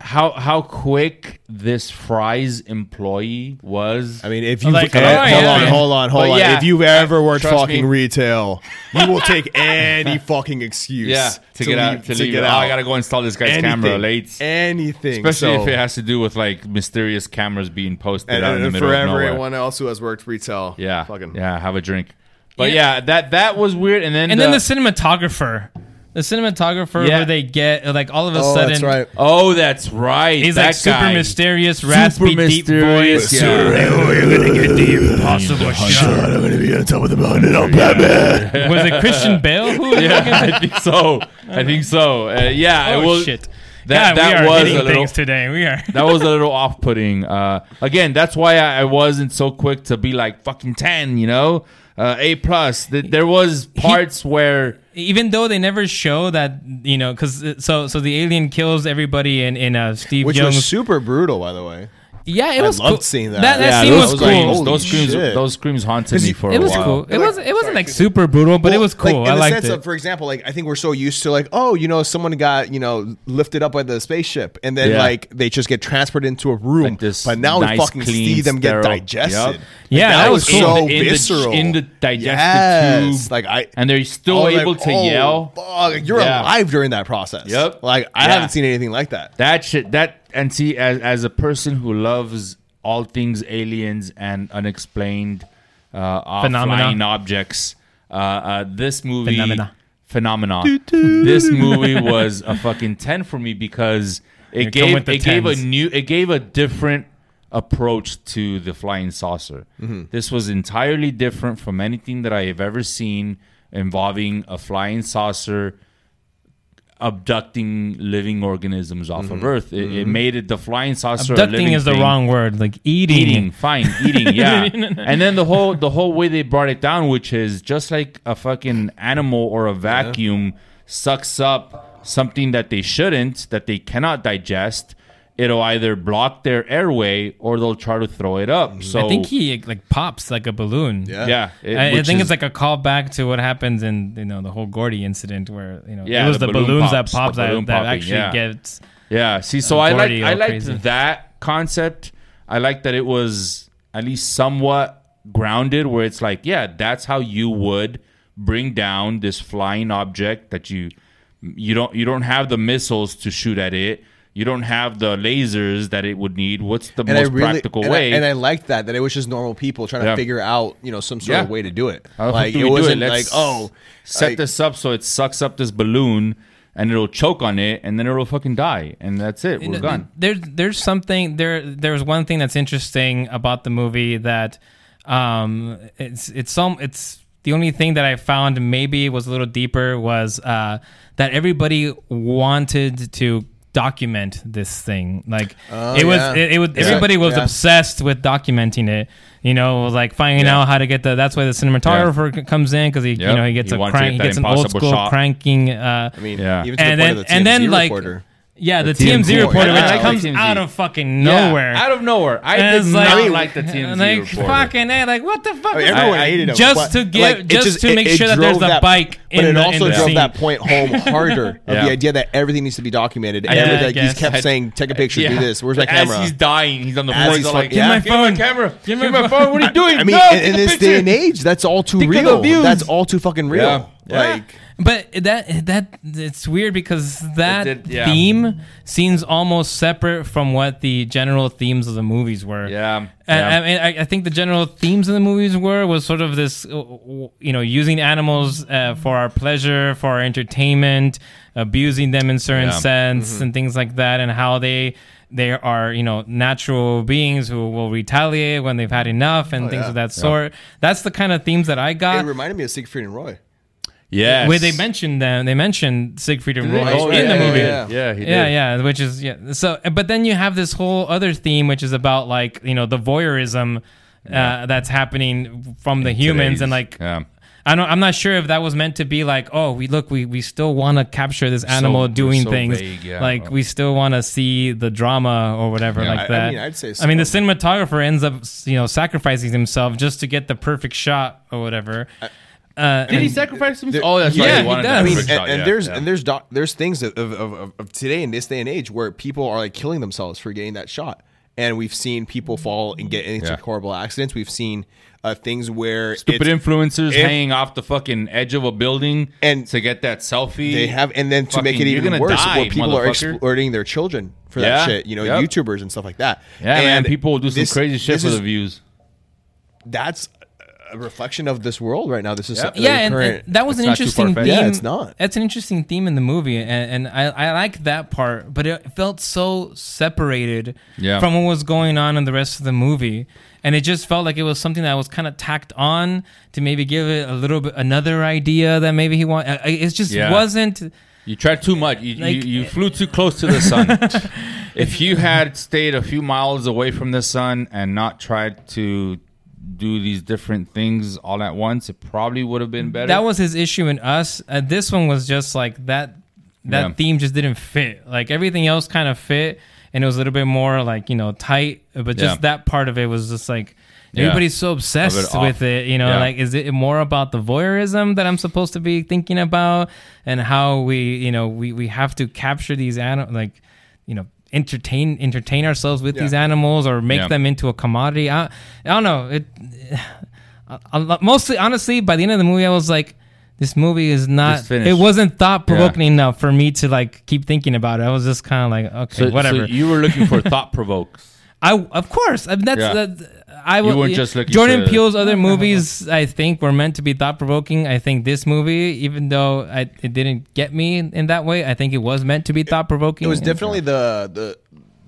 how how quick this Fry's employee was.
I mean, if you
Like,
eh,
oh,
hold,
yeah.
on, hold on, hold
But
on,
yeah,
if you've ever worked
trust
fucking
me.
retail, you will take any fucking excuse.
yeah, to, get out, to, leave.
get
oh,
out.
I gotta go install this guy's
anything,
camera late.
anything,
Especially
So-
if it has to do with like mysterious cameras being posted
and,
out in the
and
middle
for
of nowhere.
everyone else who has worked retail,
yeah,
fucking
yeah, have a drink. But
Yeah.
yeah, that that was weird. And then
and then
the-
the cinematographer, the cinematographer
Yeah.
where they get like all of a
Oh,
sudden
that's right.
oh, that's right.
he's
that
like super
guy.
mysterious, raspy, deep
mysterious,
voice.
yeah.
Impossible shot.
I'm gonna be on top of the mountain. I'm Batman.
Was it Christian Bale? Who was
Yeah,
fucking-
I think so. I think so. Uh, yeah,
Oh
it was,
shit.
That,
God,
that
we are
was
hitting
a little,
things today. We are.
that was a little off putting. Uh, again, that's why I, I wasn't so quick to be like fucking ten. You know, uh, A plus. Th- there was parts where
Even though they never show that, you know, because so so the alien kills everybody in in uh, Steve
Which
Young's.
was super brutal, by the way.
yeah, it
I
was.
loved
cool.
seeing that.
That,
Yeah,
scene
those
was cool.
screams,
Holy
those screams,
shit.
those screams haunted me for a
it was
while.
cool. It
Like-
was. It wasn't like super brutal, but it
Well,
was cool.
Like, in
I
the
liked
sense
it.
of, for example, like I think we're so used to like, oh, you know, someone got you know lifted up by the spaceship, and then
Yeah.
like they just get transferred into a room.
Like this
but now
nice,
we fucking
clean,
see them get
sterile-
digested.
Yep.
Yeah,
Like,
that was cool.
so
In the- in the-
visceral
in the digestive
Yes.
tube.
Like I
And they're still
I was
able to
oh,
yell.
Fuck, you're
Yeah.
alive during that process.
Yep.
Like I
Yeah.
haven't seen anything like that.
That shit. That and see, as as a person who loves all things aliens and unexplained uh,
Phenomena.
offline objects, uh, uh, this movie
Phenomena.
phenomena. this movie was a fucking ten for me because it
Here, come
gave
with
it
the
gave a
10s.
new it gave a different approach to the flying saucer. This was entirely different from anything that I have ever seen involving a flying saucer abducting living organisms off of Earth. It, it made it the flying saucer. a
Abducting
living
is the
thing.
wrong word. Like eating.
Eating, fine, eating, yeah. and then the whole the whole way they brought it down, which is just like a fucking animal or a vacuum sucks up something that they shouldn't, that they cannot digest. It'll either block their airway or they'll try to throw it up. So
I think he like pops like a balloon.
Yeah.
yeah, it-
I, I
which
think
is-
it's like a callback to what happens in you know the whole Gordy incident where you know
Yeah,
it was the,
the balloon
balloons
pops,
that pop
the
that,
balloon
that
popping,
actually
yeah.
gets
Yeah. See, so
Uh,
I like
Gordy
I
all
liked
crazy.
that concept. I like that it was at least somewhat grounded, where it's like, yeah, that's how you would bring down this flying object that you you don't you don't have the missiles to shoot at it. You don't have the lasers that it would need. What's the most practical
and I-
way?
and I liked that that it was just normal people trying
Yeah.
to figure out you know some sort of
Yeah.
way to do it.
How the fuck
Like
do
it
we do
wasn't like
Let's
oh
set
like-
this up so it sucks up this balloon and it'll choke on it and then it'll fucking die and that's it. We're
you know,
gone.
There's there's something there. There's one thing that's interesting about the movie that um it's it's some it's the only thing that I found maybe was a little deeper was uh that everybody wanted to document this thing like it was
Oh, yeah.
it, it was
Yeah.
everybody was
Yeah.
obsessed with documenting it you know like finding out how to get the that's why the cinematographer c comes in because he you
Yep.
know he gets
He
a
wants to
crank
get
he
that
gets an old
impossible
school
shot.
cranking uh
I mean
Yeah.
even to
and
the
then
point of the
and then
TMZ
like
reporter.
yeah the, TMZ,
TMZ
reporter
reporter.
which
Yeah, I like
comes
TMZ.
out of fucking
Yeah,
nowhere
out of nowhere. I
And
did
it's
not
like-
like, the TMZ
and, like
reporter.
fucking eh, like what the fuck
I mean,
is that?
Oh, everyone
I-
hated him
just
but-
to give-
it
just to make sure that
drove
there's a bike
but
in
it
the-
also
in the
drove
scene.
that point home harder
Yeah.
of the idea that everything needs to be documented.
Yeah,
and
I
like, he
guess.
kept
I-
saying, "Take a picture, do
Yeah.
this." Where's my camera?
As he's dying, he's on the
As
floor.
he's
He's all like,
fucking- Give my
"Give my
phone.
camera.
Give
Give
my
my,
phone."
phone. What are you doing?
I mean,
no,
in, in
take a
this
picture."
day and age, that's all too
Think of the
real.
views.
That's all too fucking real.
Yeah. Yeah.
Like
but that that it's weird because that
It did- yeah.
theme seems almost separate from what the general themes of the movies were
Yeah,
And-
yeah.
I mean, I, I think the general themes of the movies were was sort of this, uh, w- you know, using animals uh, for our pleasure, for our entertainment, abusing them in certain
Yeah. Mm-hmm.
sense, and things like that, and how they they are, you know, natural beings who will retaliate when they've had enough
Oh,
and things of that sort. That's the kind of themes that I
it
got.
reminded me of Siegfried and Roy.
Yes.
Where they mentioned them, they mentioned Siegfried and Roy
Oh,
in
yeah,
the
yeah,
movie.
Yeah, yeah, he did.
Yeah, yeah, which is yeah. So, but then you have this whole other theme, which is about like you know the voyeurism uh, that's happening from the humans, and like
today's- yeah.
I don't, I'm not sure if that was meant to be like, oh, we look, we we still want to capture this animal
we're
doing
so
things,
vague, yeah.
like we still want to see the drama or whatever
Yeah. I-
like
I
that.
mean, I'd say
I mean, the
so.
cinematographer ends up you know sacrificing himself just to get the perfect shot or whatever. uh,
Did he
and-
sacrifice himself? Oh, that's
Yeah,
right.
he
wanted
does.
that
I mean,
perfect
and,
shot,
and
yeah,
there's
yeah.
and there's doc, there's things of, of, of, of today in this day and age where people are like killing themselves for getting that shot and we've seen people fall and get into
Yeah.
horrible accidents. We've seen uh, things where
Stupid
it's-
influencers
if-
hanging off the fucking edge of a building
And
to get that selfie.
They have, and then to make
Fucking-
it
you're
even
gonna
worse,
die,
where people are
motherfucker.
exploiting their children for
Yeah,
that shit. You know,
yep.
YouTubers and stuff like that.
Yeah,
and
man. People will do some
this-
crazy shit
this
for
is-
the views.
That's a reflection of this world right now. This is
Yep.
the
yeah, and,
current-
and that was
It's
an
not too
interesting theme.
far-fetched.
Yeah, it's not.
That's an interesting theme in the movie, and, and I, I like that part, but it felt so separated
Yeah.
from what was going on in the rest of the movie, and it just felt like it was something that was kind of tacked on to maybe give it a little bit another idea that maybe he wanted. It just
Yeah.
wasn't.
You tried too much. You,
Like-
you, you flew too close to the sun. if you had stayed a few miles away from the sun and not tried to do these different things all at once, it probably would have been better.
That was his issue in us. Uh, this one was just like that. That
Yeah.
theme just didn't fit. Like everything else kind of fit, and it was a little bit more like you know tight. uh, But just
Yeah.
that part of it was just like
Yeah.
everybody's so obsessed
off.
with it. You know,
Yeah.
like is it more about the voyeurism that I'm supposed to be thinking about, and how we you know we we have to capture these animals like you know entertain entertain ourselves with these animals or make
Yeah.
them into a commodity. I, I don't know. It a lot- mostly honestly by the end of the movie i was like this movie is
Just
not
finished.
it wasn't thought-provoking
Yeah.
enough for me to like keep thinking about it i was just kind of like okay
so,
whatever
So you were looking for thought provokes.
i of course I mean, that's
Yeah.
that, i would
You weren't just looking
jordan
for-
peele's other movies i think were meant to be thought-provoking i think this movie even though I, it didn't get me in, in that way i think it was meant to be thought-provoking
It was
And-
definitely the the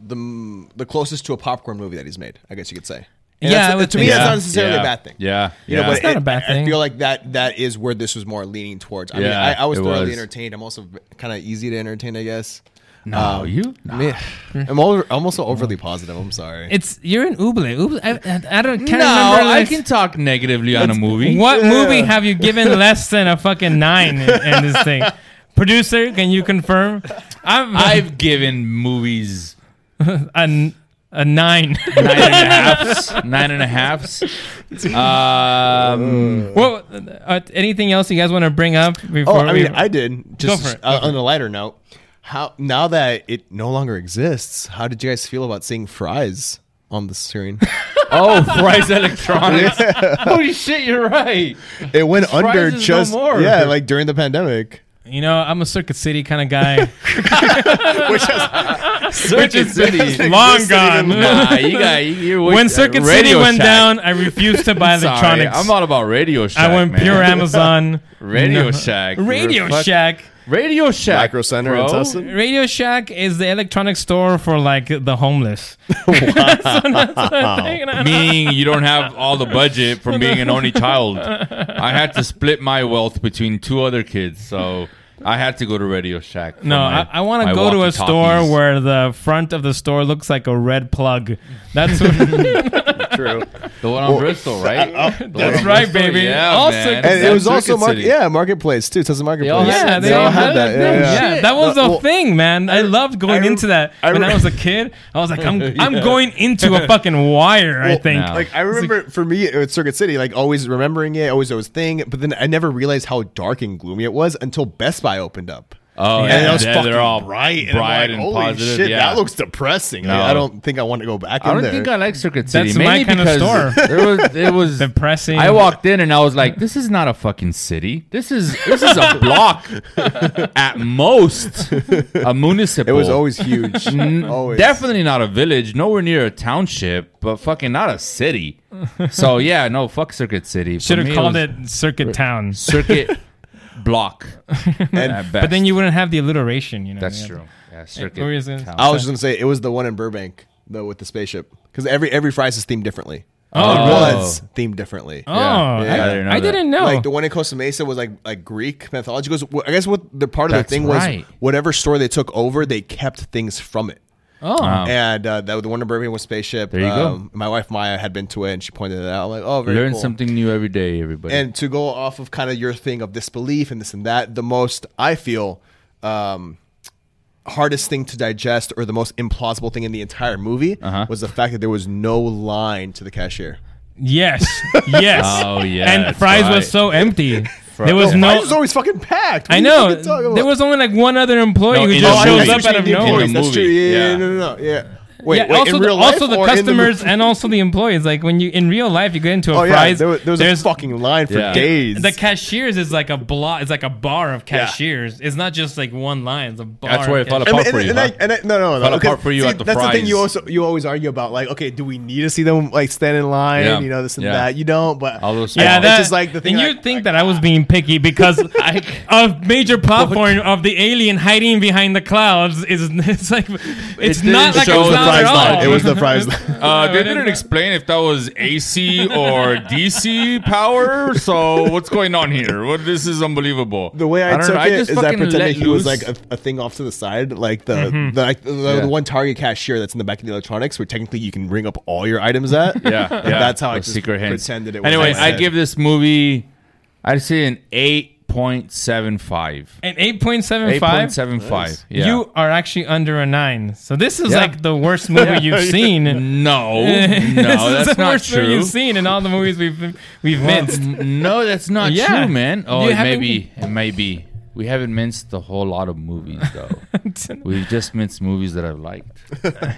the m- the closest to a popcorn movie that he's made. I guess you could say.
Yeah,
that's-
I would
to me,
think-
that's
Yeah,
not necessarily
yeah,
a bad thing.
yeah,
you know,
yeah.
but
It's
not
it-
a bad
I
thing.
feel like that that is where this was more leaning towards. I mean,
Yeah,
I, I was
it
thoroughly
was.
entertained. I'm also kind of easy to entertain, I guess.
No, you.
I mean, I'm over, I'm also overly positive. I'm sorry.
it's you're in Uble. Uble I, I- I don't
no,
can't remember.
I
like-
can talk negatively on a movie.
What movie have you given less than a fucking nine in, in this thing? Producer, can you confirm? I'm
I've given movies
a, a nine.
nine and a halfs, nine and a halfs. Um,
well, uh, anything else you guys want to bring up before?
oh, I mean,
we,
I did. Just
for it, go
uh, on a lighter note, how now that it no longer exists, how did you guys feel about seeing fries on the screen?
oh, Fry's Electronics. Holy shit, you're right.
it went under
is no
just
more.
yeah, like during the pandemic.
you know, I'm a Circuit City kind of guy.
Which is City.
Long gone.
Nah, you got you- you're
when Circuit City went
uh, Shack.
down, I refused to buy
Sorry,
electronics.
I'm all about Radio Shack.
I went
man.
pure Amazon.
Radio
No.
Shack.
Radio
We're fuck-
Shack.
Radio Shack.
Micro Center
bro.
in Tustin.
Radio Shack is the electronic store for like the homeless.
Meaning you don't have all the budget from being an only child. I had to split my wealth between two other kids, so I had to go to Radio Shack. for
No,
my-
I, I want
my
to go to a store
walkie-talkies.
where the front of the store looks like a red plug. That's what,
True.
the one on Bristol, right?
that's right, baby.
Yeah,
Also-
man.
And
Oh, And it was
Circuit
also market,
City.
yeah, marketplace too. Tustin marketplace.
all
yeah,
had
they,
that.
all
had
had that.
that
Yeah,
shit.
that was the
No, Uh, well,
thing, man. I, loved going
I rem-
into that
I
when I
rem-
was a kid. I was like, I'm I'm going into a fucking wire. I
Well,
think.
no.
Like I remember for me it was Circuit City, like always remembering it, always always thing, but then I never realized how dark and gloomy it was until Best Buy opened up.
Oh,
and
yeah,
it was
they're-
fucking
they're all
bright and,
bright
bright
and
holy
positive,
shit,
yeah.
that looks depressing. Like,
No.
I don't think I want to go back
I
in
don't
there.
think I like Circuit City.
That's my
mainly
kind of
because
store.
There was, it was
Depressing.
I walked in and I was like, "This is not a fucking city. This is this is a block at most, a municipal.
it was always huge. always.
Definitely not a village, nowhere near a township, but fucking not a city. So yeah, no, fuck Circuit City. For
Should
me,
have called
was
it, Circuit Town.
Circuit Block. at
But then
best.
you wouldn't have the alliteration. You know.
That's
yeah.
true. Yeah,
what were you
Circuit.
saying?
Town. Oh,
I was just gonna say it was the one in Burbank though with the spaceship because every every fries is themed differently.
Oh,
it
really?
was themed differently.
Oh, I-
I
Yeah.
I,
didn't know that.
didn't know.
Like the one in Costa Mesa was like like Greek mythology. Goes. well, I guess what the part of
That's
the thing
right.
was whatever store they took over, they kept things from it.
oh,
Um,
And uh, that the one in Birmingham was spaceship. Um,
There you go.
My wife Maya had been to it, and she pointed it out. Like, oh, very
Learn
cool.
something new every day, everybody.
And to go off of kind of your thing of disbelief and this and that, the most I feel um, hardest thing to digest or the most implausible thing in the entire movie
Uh-huh.
was the fact that there was no line to the cashier.
yes, yes.
Oh, yeah,
And
that's
fries
right.
was so empty. There was
No,
no.
Oh, was always fucking packed. What
I
are you
know.
fucking talking
There
about?
was only like one other employee
No,
who
in
Oh,
just
I
the
know
shows
movie.
what
up
you
out
mean,
of
the
In the
nowhere.
employees. That's
movie,
true. Yeah,
yeah.
yeah, no, no, no, yeah. Wait,
yeah,
wait,
also,
in
the,
real life
also the
or in the
customers
movie?
and also the employees. Like when you in real life, you get into a
Oh yeah,
prize.
there, was- there was
there's
a fucking line for
Yeah.
days.
the cashiers is like a block. It's like a bar of cashiers. It's not just like one line. It's a bar.
That's
of
where it fell
cashiers.
and,
apart
and,
for you,
and
huh?
I, and I, no, no, no.
Fell
because,
apart for you
see,
at the
that's the thing
fries.
you also you always argue about. Like, okay, do we need to see them like stand in line?
Yeah.
You know this and
Yeah.
that. You don't, but
All those
Yeah,
It's
that,
that's just like the thing.
And
like,
you'd think that I was being picky because I, a major plot point of the alien hiding behind the clouds is it's like it's
didn't
not like a
show the
cloud
prize
at
line.
all.
It was the prize line.
Uh,
No,
they
it
didn't
didn't-
explain if that was AC or DC power. So what's going on here? What this is unbelievable.
The way I,
don't
took
know,
it is
just
that
fucking
pretending
let
he was
loose. Mm-hmm.
like a, a thing off to the side, like the the, like, the, the
Yeah.
one Target cashier that's in the back of the electronics, where technically you can bring up all your items at.
yeah,
And
yeah.
that's how I
Those
just
secret hints.
pretended it. was
Anyway,
what
I
said.
give this movie, I'd say an eight point seven five.
An eight point seven
Eight
five.
point seven five. Yeah.
You are actually under a nine. So this is
Yeah.
like the worst movie you've seen. And
no,
this
no,
is
that's
the
not
worst movie
true.
you've seen in all the movies we've we've
Well,
missed.
n- no, that's not
Yeah.
true, man. Oh, it
You
may
haven't-
be. It may be. We haven't minced a whole lot of movies, though. We've just minced movies that I've liked.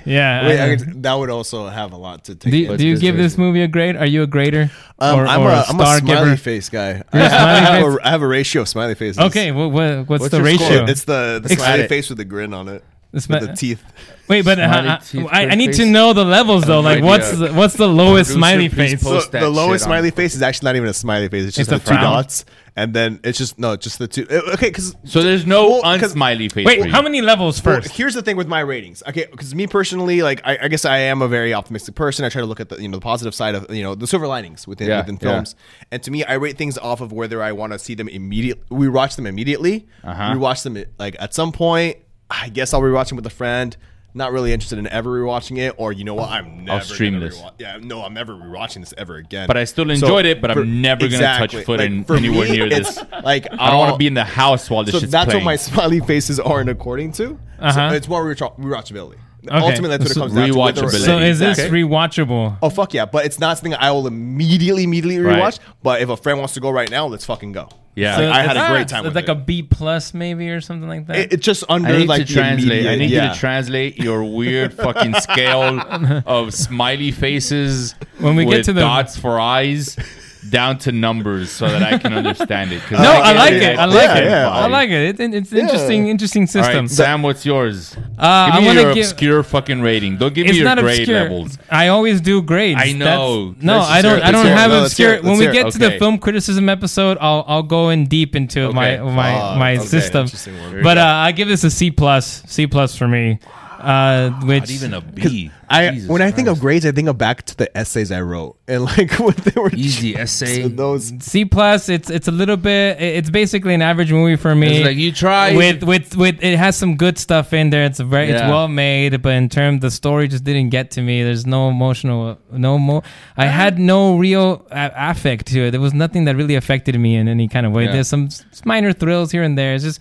Yeah.
Wait,
I-
I could- that would also have a lot to take.
do,
in.
do you
this
give this
version.
movie a grade? Are you a grader?
Um, I'm, a, I'm a smiley
giver?
face guy. I,
a smiley
I have
face?
a, I have a ratio of smiley faces.
Okay, wha- wha- what's, the
your
ratio?
score?
Well, It's the, the smiley
it.
face with the grin on it.
The
With
smi-
the teeth.
Wait, but uh,
Smiley
uh,
teeth,
I, I
bird
need to
face.
know the levels though.
have no
Like,
idea.
what's the, what's the lowest
Producer,
smiley
please
face?
post-
So
Post that
the
shit
lowest
on-
smiley face is actually not even a smiley face. It's just
It's a
the two
frown.
dots, and then it's just no, it's just the two. uh, Okay, because
So there's no
Well, 'cause-
unsmiley face. for
Wait,
you.
how many levels
well,
first?
here's the thing with my ratings. Okay, because me personally, like I, I guess I am a very optimistic person. I try to look at the you know the positive side of you know the silver linings within
Yeah,
within
yeah.
films. And to me, I rate things off of whether I want to see them immediately. We watch them immediately.
Uh-huh.
We watch them like at some point. I guess I'll rewatch them with a friend. Not really interested in ever rewatching it, or you know what? I'm never
stream
gonna
this.
rewa- Yeah, no, I'm never rewatching this ever again.
But I still enjoyed it, but I'm never gonna touch foot in
for
anywhere near
it's
this.
Like
I don't want
I'll-
to be in the house while this
so
shit's
that's
playing.
what my smiley faces are and according to.
Uh-huh.
So it's more rewatch- rewatchability. Ultimately, that's what it
So
comes down to. whether-
rewatchability.
so is this
Okay.
rewatchable?
oh fuck yeah! But it's not something I will immediately immediately
Right.
rewatch. But if a friend wants to go right now, let's fucking go.
Yeah.
Like,
So
I had a
Ah,
great time.
It's
with
like
it.
a B plus maybe or something like that.
It- it's just under
I need
like
to
the
translate. I
immediate-
need you
yeah.
to translate your weird fucking scale of smiley faces
When we get
with
to the-
dots for eyes down to numbers so that I can understand it. 'cause
no, I like
get
it. I
it.
like
Yeah,
it.
yeah.
I like it. It's an it's an interesting, interesting
All
system.
right, Sam, what's yours?
Uh, I
give me
wanna
your
give-
obscure fucking rating. Don't give me
it's
your
not
grade
obscure.
levels.
I always do grades.
I know.
That's- no,
Let's
I
hear
don't.
it.
I don't
Let's hear it.
have
No,
let's
obscure.
hear it.
When
Let's
we
hear
get
it.
to the
Okay.
film criticism episode, I'll I'll go in deep into my
Okay.
my
Oh,
my
okay.
system.
Interesting one.
But uh, I give this a C plus. C plus for me. Uh, which
Not even a B.
I
Jesus
when I think of
Christ.
grades, I think of back to the essays I wrote and like what they were.
easy essay,
Those
C plus. It's it's a little bit. It's basically an average movie for me.
It's like you tried.
with with with it has some good stuff in there. It's very it's
Yeah.
well made, but in terms the story just didn't get to me. There's no emotional, no more. I had no real uh, affect to it. There was nothing that really affected me in any kind of way.
Yeah.
There's some s- minor thrills here and there. It's just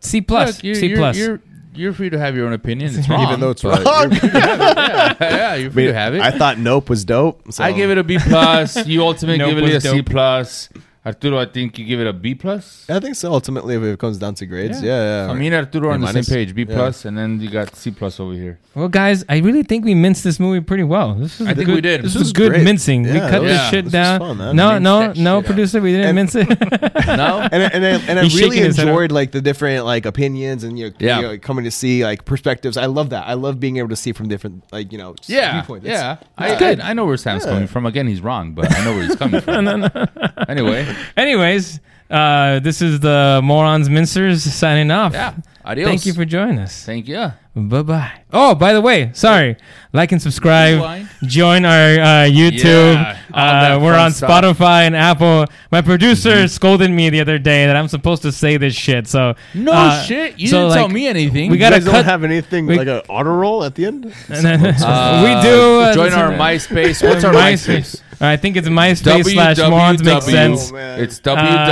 C plus,
Look, you're,
C
you're-
plus.
You're, you're free to have your own opinion. It's wrong,
even though it's
but
wrong.
You're free to have it. Yeah, yeah, you're free to have it.
I thought Nope was dope. So.
I give it a B plus. You ultimately
Nope
give it a
was
C
dope.
plus. Arturo, I think you give it a B plus.
I think so. Ultimately, if it comes down to grades, yeah. yeah,
I mean, Arturo on the
A
same
minus?
page. B
Yeah.
plus, and then you got C plus over here.
well, guys, I really think we minced this movie pretty well. This is
I think
good,
we did.
This,
This
is
was
good
great.
mincing. we
Yeah,
cut
this
this
was-
shit
this was
down.
fun, man.
no,
Minced
no,
that
no,
shit up.
producer, we didn't
And-
mince it.
No,
and I, and I, and I
He's
really
shaking his head
enjoyed like the different like opinions and you know,
Yeah.
you know, coming to see like perspectives. I love that. I love being able to see from different like you know just
yeah,
viewpoint. It's-
yeah. I, I, I know where Sam's coming from. Again, he's wrong, but I know where he's coming from. Anyway,
Anyways, uh, this is the Morons Mincers signing off.
Yeah. Adios.
Thank you for joining us.
thank you.
Bye bye. Oh, by the way, sorry. Like and subscribe.
Rewind.
Join our uh, YouTube.
Yeah, all
uh,
that
we're
fun
on
stuff. Mm-hmm.
Spotify and Apple. My producer scolded me the other day that I'm supposed to say this shit. So
No
uh,
shit. You
so,
didn't tell
like,
me anything.
We
You
gotta
guys don't
cut.
have anything
we-
like an honor roll at the end.
we do.
Uh,
uh,
join
listen-
our MySpace. What's our MySpace?
I think it's MySpace slash Morons Makes
www.
Sense.
Oh, man.
It's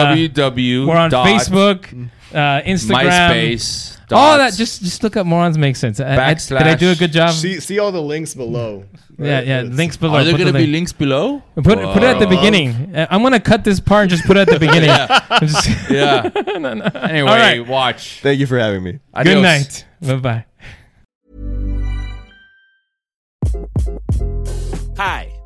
www.
We're on
dot
Facebook, uh, Instagram,
MySpace.
All Oh, that
dot
just just look up morons make sense. I- I- did I
Backslash.
do a good job?
See see all the links below.
yeah, yeah. Links below.
Are there
Put the
going to be
link.
links below?
Put, put it at the beginning. Uh, I'm gonna cut this part and just put it at the beginning. Just-
Yeah. Anyway,
All right.
watch.
Thank you for having me.
good
Adios.
night. Bye bye.
Hi,